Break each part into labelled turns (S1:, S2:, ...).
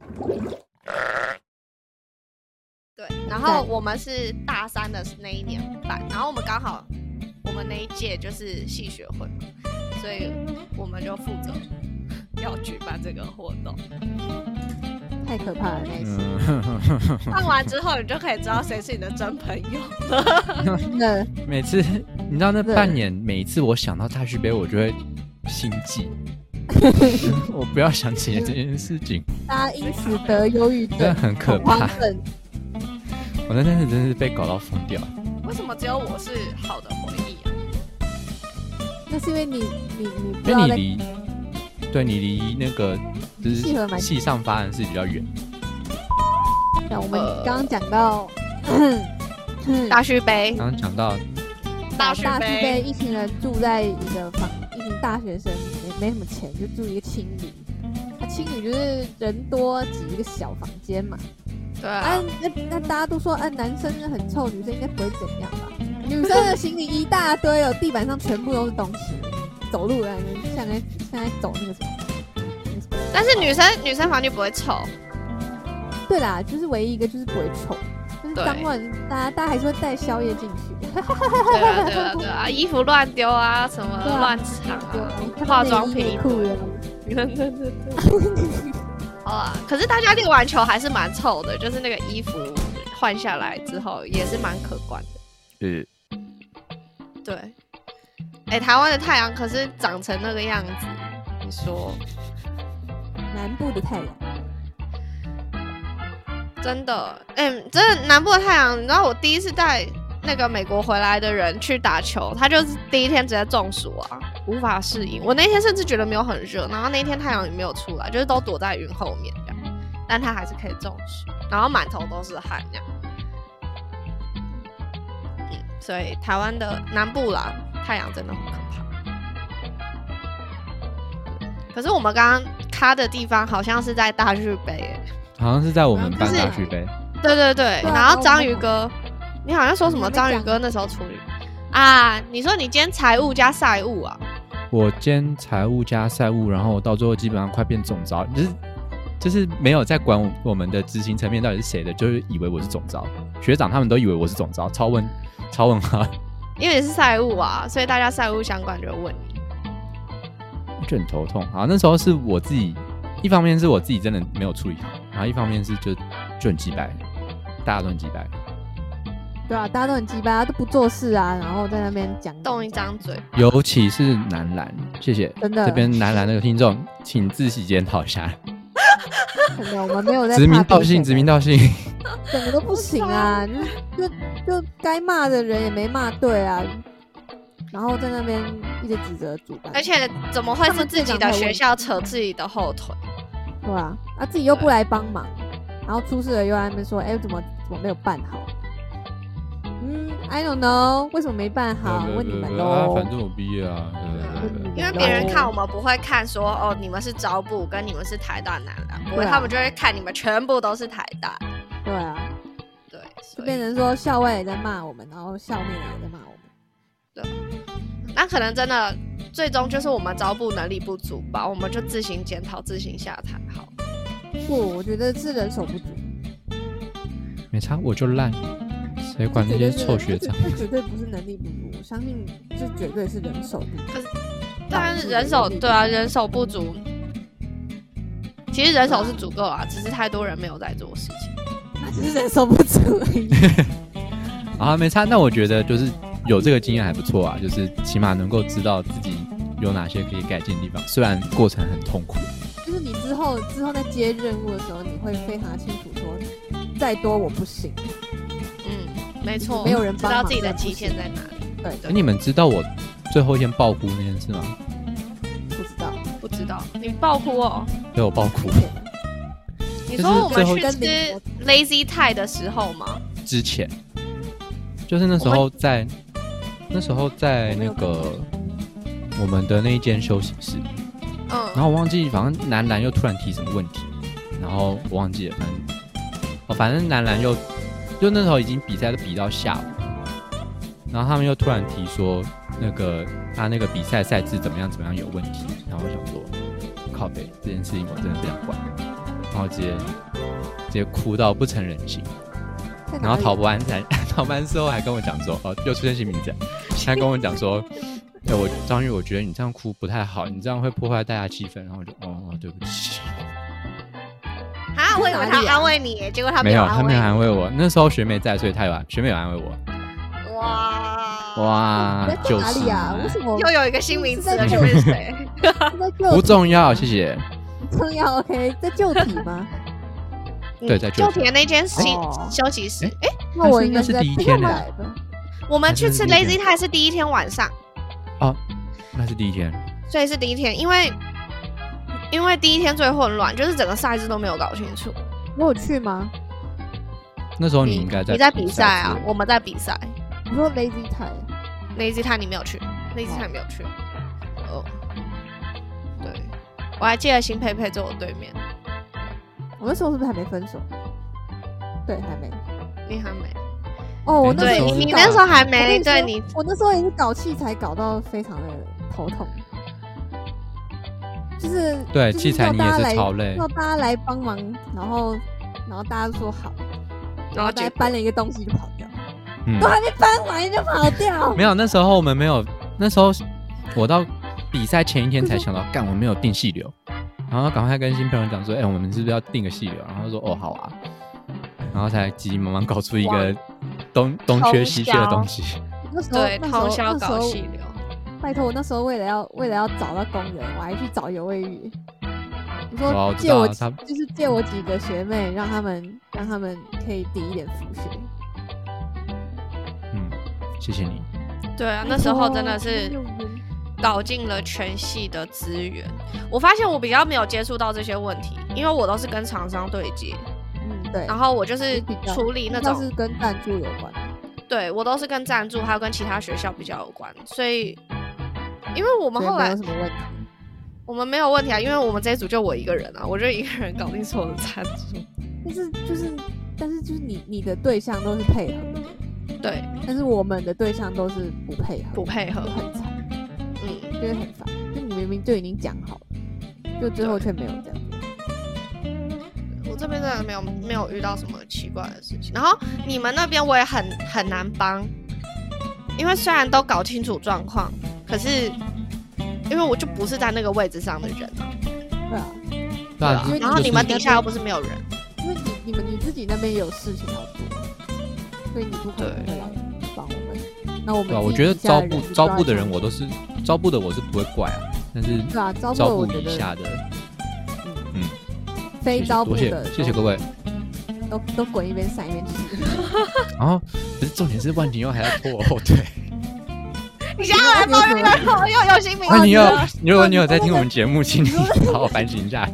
S1: 嗯对，然后我们是大三的那一年办，然后我们刚好我们那一届就是系学会嘛，所以我们就负责要举办这个活动。
S2: 太可怕了那一次，
S3: 嗯，
S1: 办完之后，你就可以知道谁是你的真朋友。
S2: 真的
S3: 每次你知道那
S2: 对
S3: 半年，每一次我想到大师杯，我就会心 悸。我不要想起这件事情，
S2: 大家因此得忧郁
S3: 真
S2: 症、
S3: 的很可
S2: 恐慌
S3: 怕。
S2: 症，
S3: 我那阵子真是被搞到疯掉。
S1: 为什么只有我是好的回忆啊？
S2: 那是因为你你你不知
S3: 因为
S2: 道
S3: 你
S2: 在
S3: 离，对你离那个就
S2: 系合
S3: 是
S2: 蛮
S3: 系上发展是比较远。
S2: 讲，我们
S3: 呃
S2: 刚刚讲到。
S1: 大续杯，
S3: 刚刚讲到，
S1: 大
S2: 师
S1: 续
S2: 大师
S1: 杯
S2: 杯，一群人住在一个房，一群大学生也没什么钱，就住一个青旅。那、青旅就是人多挤一个小房间嘛。
S1: 对
S2: 啊
S1: 啊，，
S2: 那那大家都说，啊，男生很臭，女生应该不会怎样吧？女生的行李一大堆哦，地板上全部都是东西，走路来像在像在走那个什么。
S1: 但是女生女生房间不会臭，
S2: 对啦，就是唯一一个就是不会臭，就是
S1: 对
S2: 当晚大家大家还是会带宵夜进去。
S1: 对啊对 啊对啊，衣服乱丢啊，什么
S2: 对啊
S1: 乱抢
S2: 对
S1: 啊
S2: 啊，
S1: 化妆品
S2: 内衣内裤的，
S1: 对对对对。 好啊，可是大家练完球还是蛮臭的，就是那个衣服换下来之后也是蛮可观的。
S3: 呃，
S1: 对，哎、台湾的太阳可是长成那个样子，你说
S2: 南部的太阳。
S1: 真的？哎、真的南部的太阳，你知道我第一次带那个美国回来的人去打球，他就是第一天直接中暑啊，无法适应。我那天甚至觉得没有很热，然后那一天太阳也没有出来，就是都躲在云后面这样，但他还是可以中暑，然后满头都是汗这样。嗯，所以台湾的南部啦，太阳真的很可怕。嗯可是我们刚刚咖的地方好像是在大日北、欸，
S3: 好像是在我们
S2: 然后
S3: 班
S1: 就是
S3: 大学杯，
S1: 对对对，
S2: 对啊
S1: 然后
S2: 我
S1: 章
S2: 们
S1: 鱼
S2: 好
S1: 哥，你好像说什
S2: 你
S1: 么
S2: 还没
S1: 章鱼
S2: 讲
S1: 哥那时候处理啊？你说你今天财务加赛务啊？
S3: 我兼财务加赛务，然后我到最后基本上快变总招，就是就是没有在管我我们的执行层面到底是谁的，就是以为我是总招，学长他们都以为我是总招，超问超问 号，
S1: 因为你是赛务啊，所以大家赛务相关就会问你。
S3: 就很头痛。好，那时候是我自己，一方面是我自己真的没有处理好，然后一方面是就就很鸡掰，大家都很鸡掰。
S2: 对啊，大家都很鸡巴，都不做事啊，然后在那边讲
S1: 动一，张嘴，
S3: 尤其是男篮，谢谢，
S2: 真的
S3: 这边男篮那个听众，请自己检讨一下，
S2: 真的，我们没有在
S3: 直名
S2: 怕
S3: 道
S2: 别
S3: 姓，
S2: 人
S3: 直名，道姓，
S2: 怎么都不行啊，就是就就该骂的人也没骂对啊，然后在那边一直指责主办，
S1: 而且怎么会
S2: 他
S1: 是
S2: 们
S1: 自
S2: 队
S1: 己
S2: 长
S1: 的
S2: 还
S1: 学
S2: 问
S1: 校扯自己的后腿？
S2: 对吧、啊？啊，自己又不来帮忙，然后出事了又在那边说，哎、怎么怎么没有办好？嗯，I don't know，为什么没办好？问你们
S3: 啊
S2: 喽。
S3: 反正我毕业啊，对对对对
S1: 因为别人
S2: 有
S1: 看我们不会看说哦，你们是招部跟你们是台大男篮，不会，
S2: 对啊
S1: 他们就会看你们全部都是台大。
S2: 对啊，
S1: 对，
S2: 就
S1: 所以
S2: 变成说校外也在骂我们，然后校内的也在骂我们。
S1: 那可能真的最终就是我们招部能力不足吧，我们就自行检讨、自行下台好了。
S2: 不，我觉得是人手不足。
S3: 没差，我就烂，谁管啊那些臭学长？
S2: 这绝对不是能力不足，我相信这绝对是人手不足。
S1: 当然是人手对啊，人手不足。其实人手是足够啊，只是太多人没有在做事情。
S2: 那只是人手不足而 已。
S3: 啊，没差。那我觉得就是有这个经验还不错啊，就是起码能够知道自己有哪些可以改进的地方，虽然过程很痛苦。
S2: 就是你之后之后在接任务的时候，你会非常清楚说，再多我不行。
S1: 嗯，没错，
S2: 没有人
S1: 知
S2: 帮
S1: 道
S2: 忙
S1: 自己的
S2: 真的不
S1: 极限
S2: 行
S1: 在哪里，
S2: 对，
S3: 哎，你们知道我最后一天爆哭那件事吗？
S2: 不知道。
S1: 不知道。你爆哭哦！
S3: 被我爆 哭
S1: 你
S3: 就是
S1: 说我们
S3: 最后
S1: 去
S2: 跟
S1: 吃
S2: 邻
S1: Lazy Thai 的时候吗？
S3: 之前，就是那时候在那时候在那个我们的那一间休息室，然
S1: 嗯，
S3: 后我忘记，反正男篮又突然提什么问题，然后我忘记了，反正哦，反正男篮又就那时候已经比赛都比到下午，然后他们又突然提说那个他那个比赛赛制怎么样怎么样有问题，然后我想说靠北这件事情我真的不想管，然后直接直接哭到不成人形。
S2: 在
S3: 然
S2: 哪
S3: 后
S2: 里
S3: 逃班 才逃班之后还跟我讲说，哦，又出现新名字，他跟我讲说，哎，我张宇，我觉得你这样哭不太好，你这样会破坏大家气氛。然后我就，哦，哦对不起，
S1: 啊，我以为
S2: 哪
S1: 他
S2: 里啊
S1: 安慰你耶，结果他
S3: 没有，
S1: 有
S3: 他
S1: 安
S3: 没
S1: 慰
S3: 有
S1: 你。
S3: 安慰我。那时候学妹在，所以他有啊安学妹有安慰我。
S1: 哇，
S3: 哇
S2: 你在，
S3: 就
S2: 哪
S3: 是
S2: 里啊？为什 么
S1: 又有一个新名词了，
S2: 是在
S1: 请问是谁？
S2: 在救
S3: 不重要，谢谢。
S2: 重要？OK，在旧体 吗？
S3: 对在旧
S1: 旧田那间新
S2: 哦
S1: 休息室。哎，
S2: 那我
S3: 但是
S2: 应该
S3: 那是
S2: 在
S3: 第一
S2: 不
S3: 天
S2: 用
S3: 的
S2: 来吧
S1: 我们
S3: 还
S1: 去
S3: 是
S1: 吃
S3: 第一天
S1: Lazy Tie 是第一天晚上，
S3: 哦那是第一天，
S1: 所以是第一天，因为因为第一天最混乱，就是整个赛制都没有搞清楚。
S2: 我有去吗？
S3: 那时候哦你应该
S1: 你在比
S3: 比
S1: 赛啊
S3: 之，类
S1: 我们在比赛
S2: 你说 Lazy t i m
S1: ，Lazy Time 你没有去，Lazy Time 没有去。哦，对，我还记得邢佩佩坐我对面，
S2: 我那时候是不是还没分手？对，还没。
S1: 你还没。
S2: 哦，我
S3: 哎
S2: 那
S1: 对
S2: 时候
S3: 你
S2: 是
S1: 你
S2: 搞
S1: 那时候还
S2: 我跟
S1: 没，
S2: 说
S1: 对你
S2: 我那时候也是搞器材搞到非常的头痛，就是
S3: 对
S2: 就
S3: 器材
S2: 要
S3: 你
S2: 大
S3: 也
S2: 家
S3: 是
S2: 来
S3: 超累
S2: 要大家来帮忙，然后然后大家都说好，
S1: 然后
S2: 大
S1: 结
S2: 家搬了一个东西就跑掉，
S3: 嗯
S2: 都，还没搬完就跑掉，
S3: 没有，那时候我们没有，那时候我到比赛前一天才想到，干，我们没有定细流，然后赶快跟新朋友讲说，哎、我们是不是要定个细流？然后他说，哦，好啊，然后才急急忙忙搞出一个东东缺西缺的东西，
S2: 那时候
S1: 对
S2: 那时候
S1: 通宵
S2: 那时
S1: 搞
S2: 候
S1: 细流。
S2: 拜托，我那时候为了要为了要找到工人，我还去找游卫宇。我
S3: 哇
S2: 说
S3: 我知
S2: 借
S3: 道
S2: 我
S3: 啊
S2: 几
S3: 他
S2: 就是借我几个学妹，让他们让他们可以抵一点浮学。
S3: 嗯，谢谢你，
S1: 对啊，那时候真的
S2: 拜
S1: 是
S2: 托真的是
S1: 搞尽了全系的资源。我发现我比较没有接触到这些问题，因为我都是跟厂商对接，
S2: 嗯，对。
S1: 然后我就是
S2: 你比较
S1: 处理那
S2: 应该
S1: 种
S2: 是，跟赞助有关的。
S1: 对我都是跟赞助还有跟其他学校比较有关，所以因为我
S2: 我
S1: 们后来
S2: 有什么问题。
S1: 我们没有问题啊，因为我们这一组就我一个人啊，我就一个人搞定所有的赞助，
S2: 但是就是，但是就是你你的对象都是配合的，
S1: 对，
S2: 但是我们的对象都是不配合，
S1: 不配合
S2: 就很惨，
S1: 嗯，
S2: 就会很烦。就你明明就已经讲好了，就最后却没有这样。
S1: 我这边真的没有没有遇到什么奇怪的事情。然后你们那边我也很很难帮，因为虽然都搞清楚状况，可是因为我就不是在那个位置上的人啊，
S2: 对啊，
S3: 对啊
S2: 因为，
S1: 然后
S3: 就是
S1: 你们底下又不是没 有人，
S2: 因为你你们你自己那边也有事情要做，所以你不可能会来帮我们。那我们
S3: 对啊，我
S2: 自
S3: 觉
S2: 己
S3: 得
S2: 底下
S3: 招
S2: 的
S3: 募
S2: 就
S3: 招
S2: 要
S3: 募的
S2: 这样
S3: 人我都是招募的我是不会怪啊，但是
S2: 对啊，招募
S3: 招
S2: 的
S3: 募
S2: 我觉
S3: 以
S2: 得
S3: 下的，
S2: 非
S3: 谢谢
S2: 招募
S3: 多谢
S2: 的
S3: 谢谢各位。
S2: 都都滚一边闪一 边吃。
S3: 然后不是重点是万景佑还要拖我后腿。
S1: 你现在来抱怨又又哦有 新名
S3: 那
S2: 啊
S3: 哎你
S1: 字
S3: 有
S1: 了，，
S3: 如果你有在听我们节目，请你好好反省一下。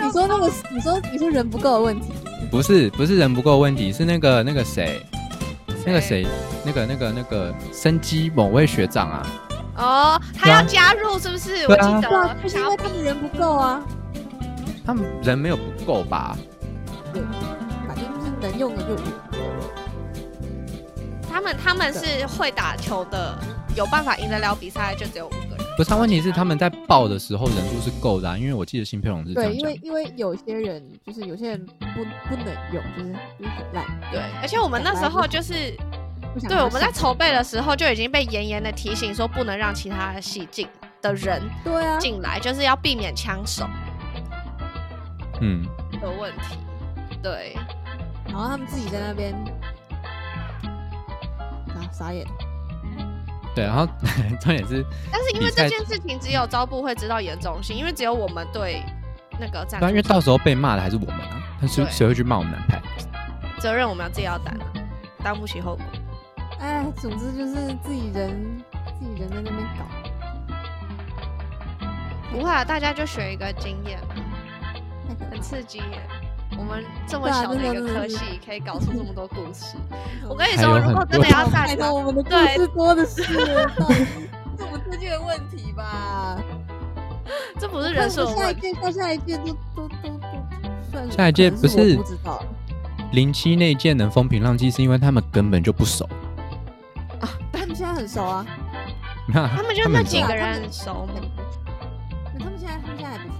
S2: 你说你说那个你说你说人不够的问题，
S3: 不是不是人不够问题，是那个那个谁，那个谁，那个那个那个生机某位学长啊，
S1: 哦，他
S3: 对啊
S1: 要加入是不是？我
S3: 对
S1: 记
S2: 对啊
S3: 啊
S1: 得，他
S2: 就是
S1: 想
S2: 因
S1: 要
S2: 为他们人不够啊，
S3: 他们人没有不够吧？
S2: 反正就是能用的就用。
S1: 他们他们是会打球的，有办法赢得了比赛就只有五个人。
S3: 不是啊，问题是他们在报的时候人数是够的、啊，因为我记得新佩龙是这
S2: 对，
S3: 样
S2: 因
S3: 讲
S2: 为。因为有些人就是有些人不不能用，就是就是很烂，
S1: 对，而且我们那时候就是，
S2: 不想
S1: 对，
S2: 拿
S1: 我们在
S2: 手
S1: 筹备的时候就已经被严严的提醒说，不能让其他系进的人
S2: 对啊，
S1: 进来，就是要避免枪手
S3: 嗯，
S1: 的问题。对，
S2: 然后他们自己在那边啊傻眼，
S3: 对，然后 重点是，
S1: 但是因为
S3: 比赛
S1: 这件事情只有招部会知道严重性，因为只有我们对那个赞
S3: 对啊，因为
S1: 助
S3: 到时候被骂的还是我们啊，但是
S1: 对
S3: 谁会去骂我们男排？
S1: 责任我们要自己要担啊，担不起后果。
S2: 哎，总之就是自己人自己人在那边搞，
S1: 不会啊，大家就学一个经验啊，
S2: 太可 怕
S1: 很
S2: 了。
S1: 刺激耶。我们这么
S2: 对啊
S1: 小的一
S2: 那时候
S1: 个
S2: 真的
S1: 科
S2: 是
S1: 系，可以搞出这么多故事。我跟你
S3: 还
S1: 说，
S3: 有
S1: 如果
S3: 很
S1: 真的
S3: 多
S1: 要赞
S2: 拜
S1: 助
S2: 托，我们的故
S1: 对
S2: 事多的 是，到底是我们这届的问题吧？
S1: 这不是人数的
S2: 我下一
S1: 问题。
S2: 届到下一届都都都都算
S3: 下一届
S2: 可能
S3: 不
S2: 是
S3: 是
S2: 我不知道，
S3: 零七那一届能风平浪静，是因为他们根本就不熟。
S2: 他们现在很熟啊，
S3: 他
S1: 他们就那
S3: 很
S1: 几
S3: 熟
S1: 个人很熟嘛
S2: 他们现在他们现在还不错，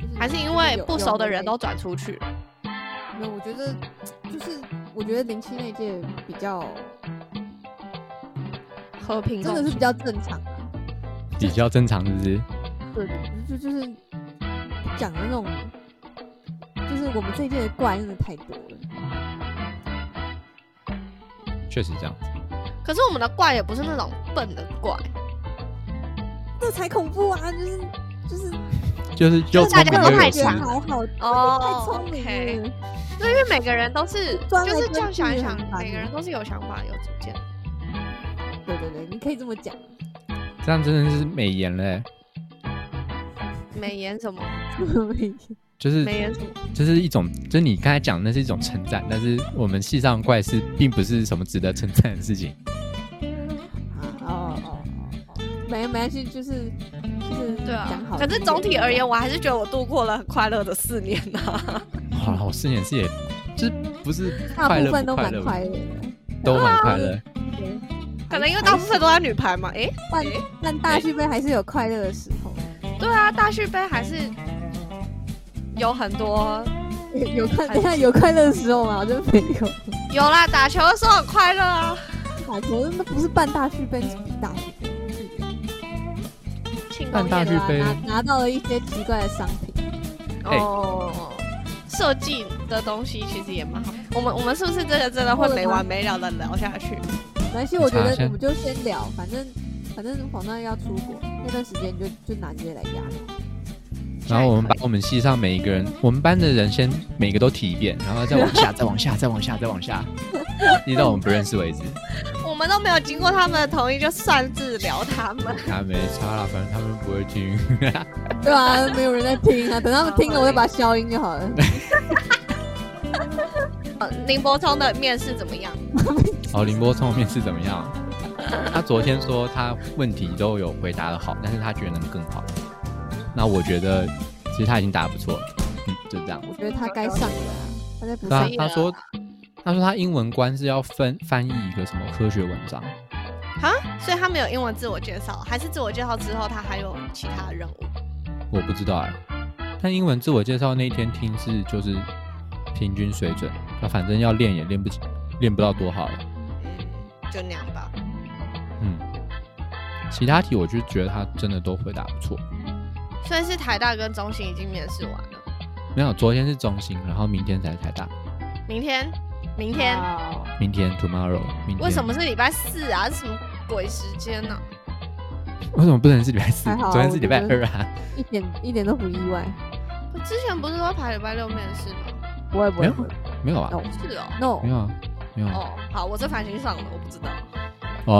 S2: 就是
S1: 还是因为
S2: 有
S1: 不熟的人，
S2: 有
S1: 都转出去了？
S2: 那没有我觉得就是我觉得零七那届比较
S1: 和平
S2: 真
S1: 共
S2: 的是
S1: 处
S2: 比较正常啊，
S3: 比较正常，是不是？
S2: 对，就就是讲的那种，就是我们这一届的怪真的太多了。
S3: 确实这样子。
S1: 可是我们的怪也不是那种笨的怪，
S2: 这才恐怖啊！就是就是，
S3: 就是又
S1: 大家
S3: 聪明
S1: 都
S3: 又
S1: 太
S3: 有
S2: 觉
S3: 智
S2: 得
S1: 强
S2: 还好
S1: 哦
S2: 太聪明了。
S1: 对，因为每个人都 是，
S2: 钻来
S1: 就是这样
S2: 钻去
S1: 想一
S2: 也
S1: 想
S2: 很，烦
S1: 每个人都是有想法、有主见的。
S2: 对对对，你可以这么讲。
S3: 这样真的是美颜欸嘞、
S1: 美颜什么？
S3: 就是
S1: 美颜什么？
S3: 就是一种，就是你刚才讲的那是一种称赞，但是我们戏上怪事并不是什么值得称赞的事情。
S2: 啊哦哦哦哦，没没关系，就是就是
S1: 对啊
S2: 讲好。
S1: 可是总体而言，，我还是觉得我度过了很快乐的四年啊呐、
S3: 好了，我四年是也，就是不是
S2: 大
S3: 快
S2: 部
S3: 乐
S2: 分
S3: 不
S2: 都
S3: 快
S2: 蛮
S3: 乐，
S2: 快乐的。
S3: 都蛮快乐。
S1: 啊
S2: 对
S1: 可能因为大部分都在女排嘛。诶、
S2: 但但大续杯还是有快乐的时候，
S1: 对啊，大续杯还是有很多
S2: 有哎有 快等一下有快乐的时候吗？我真的没有。
S1: 有啦，打球的时候很快乐啊，
S2: 打球哎那不是办大续杯，是比大续杯。
S1: 庆
S3: 办
S1: 功
S3: 大
S1: 宴
S3: 续杯
S2: 啊拿拿到了一些奇怪的商品，
S3: 哎
S1: 哦。设计的东西其实也蛮好，我们我们是不是真的真的会没完没了的聊下去？
S2: 没关系，我觉得
S3: 查先
S2: 我们就先聊，反正反正黄段要出国那段时间，你就就拿这些来 压。
S3: 然后我们把我们系上每一个人，我们班的人先每个都提一遍，然后再往下，再往下，再往下，再往 下，一直到我们不认识为止。
S1: 我们都没有经过他们的同意就擅自聊他 们，
S3: 啊，没差啦，反正他们不会听。
S2: 对啊，没有人在听啊，等他们听了，我就把它消音就 好了。
S1: 呃林柏聪的面试怎么样？
S3: 好，哦林波聪面试怎么样？他昨天说他问题都有回答的好，但是他觉得能更好。那我觉得其实他已经答得不错了，嗯，就这样。
S2: 我觉得他该上的啊，他在补
S3: 他
S2: 上
S1: 以
S3: 他
S1: 了
S3: 说他说他英文观是要分翻译一个什么科学文章，
S1: 啊所以他没有英文自我介绍，还是自我介绍之后他还有其他任务？
S3: 我不知道哎、但英文自我介绍那一天听是就是平均水准，那反正要练也练不起，练不到多好了。
S1: 嗯就那样吧。
S3: 嗯，其他题我就觉得他真的都回答不错。
S1: 所以是台大跟中心已经面试完了，
S3: 没有，昨天是中心，然后明天才是台大。
S1: 明天，明天，
S2: 哦
S3: 明天 tomorrow，明天
S1: 为什么是礼拜四啊？这什么鬼时间呢、
S3: 为什么不能是礼拜四？
S2: 还好啊
S3: 昨天是礼拜
S2: 我觉
S3: 二
S2: 得
S3: 啊，
S2: 一点一点都不意外，
S1: 我之前不是说排礼拜六面试吗？
S2: 不会不
S3: 没
S2: 会不
S3: 有
S2: 会
S3: 没有啊，
S2: ，no
S1: 是哦，
S2: no，
S3: 没有啊，没有啊。
S1: 哦，好，我这繁星上了，我不知道。
S3: 哦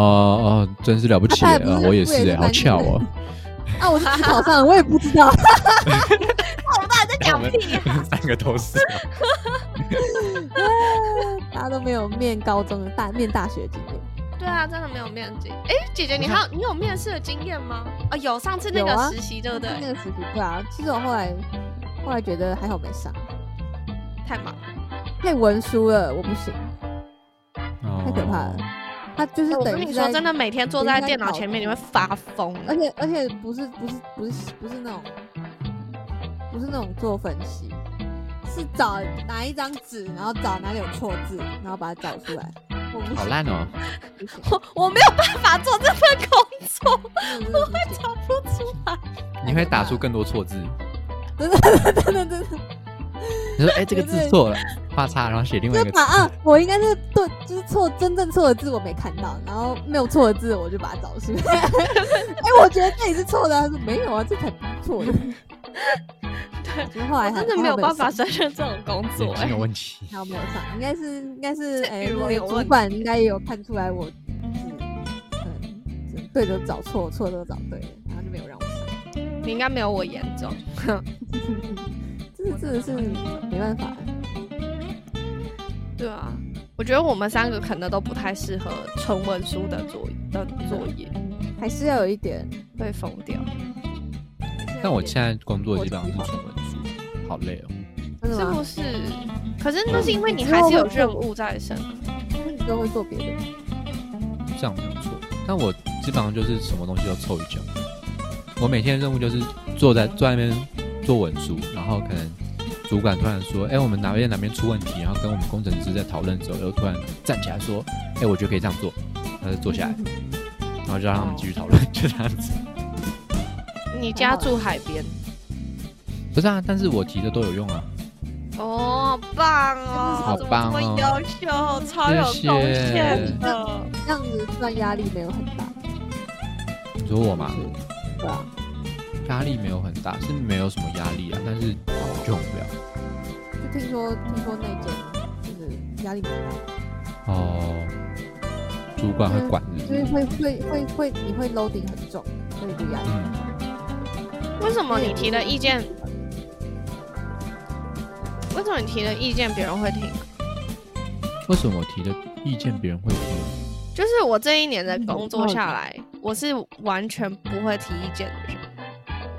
S3: 哦，真是了不起
S2: 他也
S3: 啊
S2: 不！是
S3: 我也是
S2: 我也
S3: 哎，
S2: 是
S3: 好巧哦。
S2: 啊，我是自己考上的，我也不知道，
S1: 我 爸 在
S3: 我
S1: 讲
S3: 们
S1: 屁、啊，
S3: 三个都是。
S2: 大家都没有面高中的大面大学经验，
S1: 对啊，真的没有面试。哎、姐姐，你还有你有面试的经验吗？嗯啊，有，上次那
S2: 有啊
S1: 个实习对不对？
S2: 那个时期对啊，其实我后来后来觉得还好没上，
S1: 太忙了，
S2: 太文书了，我不行，
S3: 太
S2: 可怕了。他就是
S1: 哎我
S2: 等
S1: 跟
S2: 于
S1: 你
S2: 是
S1: 说，
S2: 在
S1: 真的每天坐
S2: 你应该
S1: 在电脑
S2: 搞嗯
S1: 前面，你会发疯的
S2: 而。且而且不是不是不是不是那种不是那种做分析，是找拿一张纸，然后找哪里有错字，然后把它找出来。我不行
S3: 好烂哦！
S2: 不行
S1: 我 我没有办法做这份工作，
S2: 真的真的不行
S1: 找不出来。
S3: 你会打出更多错字。
S2: 真的真的真的，
S3: 你说，哎，这个字错了，画叉，然后写另外
S2: 就
S3: 一
S2: 是
S3: 个
S2: 把
S3: 字
S2: 啊。，我应该是对，就是错真正错的字我没看到，然后没有错的字我就把它找出来。 哎、我觉得这里是错的啊，他说没有啊，这才不是错的。
S1: 对，
S2: 就是后来还
S1: 真的
S2: 还
S1: 没有
S2: 好
S1: 办法
S2: 上
S1: 胜任这种工作
S3: 眼
S1: 哎、
S3: 睛有问题。
S2: 还有没有上？应该是应该是哎，
S1: 语
S2: 那
S1: 文
S2: 个
S1: 有
S2: 主
S1: 问
S2: 管应该也有看出来我是嗯是对的找错，错的找对了，然后就没有让我上。
S1: 你应该没有我严重。
S2: 这个真的是没办法，
S1: 对啊，我觉得我们三个可能都不太适合纯文书的作的作业，
S2: 还是要有一点。
S1: 会疯掉。
S3: 但我现在工作基本上是纯文书，好累哦。
S2: 真的
S1: 是
S2: 吗
S1: 不？是？可是
S3: 嗯
S1: 那是因为你还是有任务在身。
S2: 你都会做别的，
S3: 这样没有错。但我基本上就是什么东西都凑一脚。我每天的任务就是坐在坐在那边作文书，然后可能主管突然说，哎，我们哪边哪边出问题，然后跟我们工程师在讨论的时候，又突然站起来说，哎，我觉得可以这样做，他就坐下来，然后就让他们继续讨论，就这样子。
S1: 你家住海边
S3: 不是啊，但是我提的都有用啊。
S1: 哦，棒
S3: 好
S1: 哦，怎
S3: 棒
S1: 么这
S3: 哦
S1: 么优秀，超有贡献的。
S2: 这样子算压力没有很大，
S3: 你说我嘛，
S2: 对吧？
S3: 压力没有很大，是没有什么压力啊，但是就很无聊。
S2: 就听说听说那间就是压力蛮大，
S3: 哦，主管会管是不
S2: 就是
S3: 是？
S2: 会会会会你会 loading 很重，所以就压力。
S3: 嗯，
S1: 为什么你提的意见？为什么你提的意见别人会听？
S3: 为什么我提的意见别人会听？
S1: 就是我这一年的工
S3: 嗯
S1: 作下来，我是完全不会提意见的人，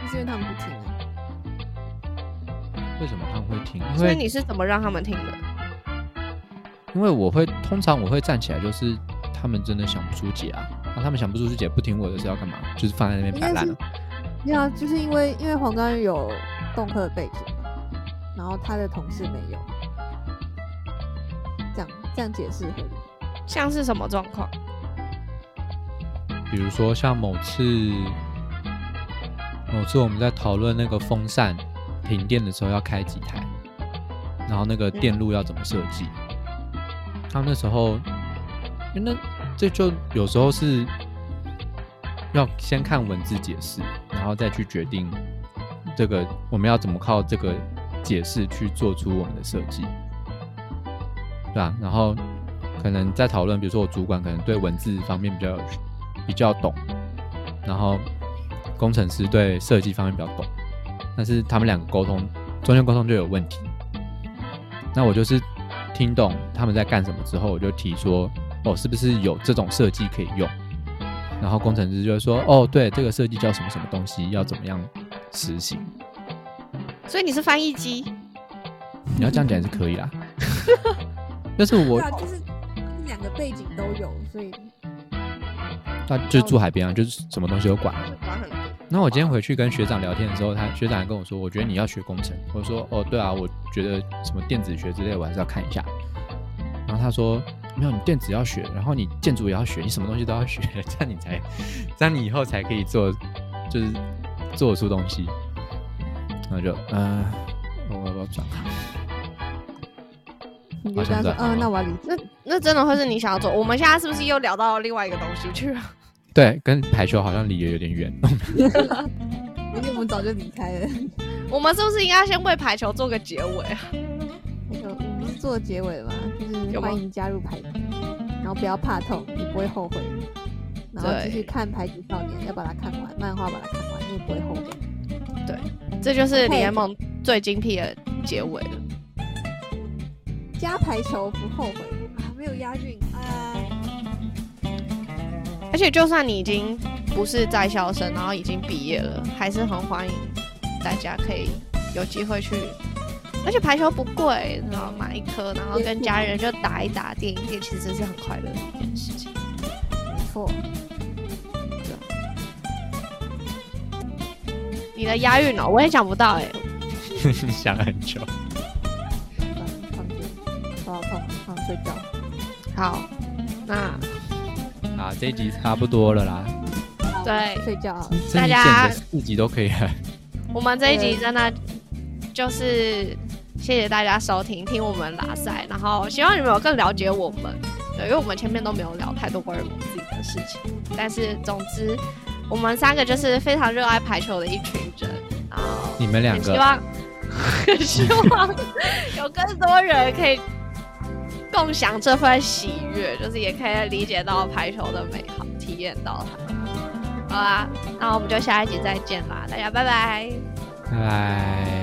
S2: 是因为他们不听啊。
S3: 为什么他们会听？因
S1: 所以
S3: 为
S1: 你是怎么让他们听的？
S3: 因为我会通常我会站起来，就是他们真的想不出解啊，那、他们想不出解不听我的是要干嘛？就是放在那边摆烂了。
S2: 对啊，就是因为因为黄章宇有动科的背景嘛，然后他的同事没有，这样这样解释合理。
S1: 像是什么状况？
S3: 比如说像某次某次我们在讨论那个风扇停电的时候要开几台，然后那个电路要怎么设计，他们那时候因为那这就有时候是要先看文字解释，然后再去决定这个我们要怎么靠这个解释去做出我们的设计，对吧、然后可能在讨论，比如说我主管可能对文字方面比较有比较懂，然后工程师对设计方面比较懂，但是他们两个沟通中间沟通就有问题。那我就是听懂他们在干什么之后，我就提说，哦，是不是有这种设计可以用？然后工程师就会说，哦，对，这个设计叫什么什么东西，要怎么样实行？
S1: 所以你是翻译机，
S3: 你要这样讲也是可以啦。 但是我
S2: 对啊，就是两个背景都有，所以
S3: 他就是住海边啊，就是什么东西都管。啊
S1: 管很多。
S3: 那我今天回去跟学长聊天的时候，他学长还跟我说，我觉得你要学工程。我说，哦，对啊，我觉得什么电子学之类，我还是要看一下。然后他说，没有，你电子要学，然后你建筑也要学，你什么东西都要学， 这样你才，这样你以后才可以做，就是做出东西。然后就，嗯、我我要不要转行？
S2: 你就跟他说，
S3: 好像在
S2: 嗯、那我要离职。
S1: 那真的会是你想要做？我们现在是不是又聊到另外一个东西去了？
S3: 对，跟排球好像离得有点远。
S2: 因 为我们早就离开了。
S1: 我们是不是应该先为排球做个结尾啊？
S2: 那个我们是做结尾了嘛，就是
S1: 有吗
S2: 欢迎加入排球，然后不要怕痛，你不会后悔。然后继续
S1: 对
S2: 看《排球少年》，要把它看完，漫画把它看完，你也不会后悔。
S1: 这就是联盟最精辟的结尾了。
S2: 加排球不后悔啊，没有押韵啊。
S1: 而且就算你已经不是在校生，然后已经毕业了，还是很欢迎大家可以有机会去。而且排球不贵，然后买一颗，然后跟家人就打一打，电一电，其实是很快乐的一件事情。
S2: 没错，
S1: 你的押韵哦，我也想不到哎、
S3: 想很久。
S2: 放放电，头好痛，放睡觉。
S1: 好，那
S3: 啊，这一集差不多了啦，
S1: 对
S2: 睡觉啊。
S3: 这一
S1: 大
S3: 集
S1: 家
S3: 剪的四集都可以了。
S1: 我们这一集真的就是谢谢大家收听，听我们拉塞，然后希望你们有更了解我们，对，因为我们前面都没有聊太多关于我们自己的事情，但是总之我们三个就是非常热爱排球的一群人，然后
S3: 你们两
S1: 很希
S3: 个。
S1: 望很希望 有更多人可以共享这份喜悦，就是也可以理解到排球的美好，体验到它。好啦，那我们就下一集再见啦，大家拜拜。
S3: 拜拜。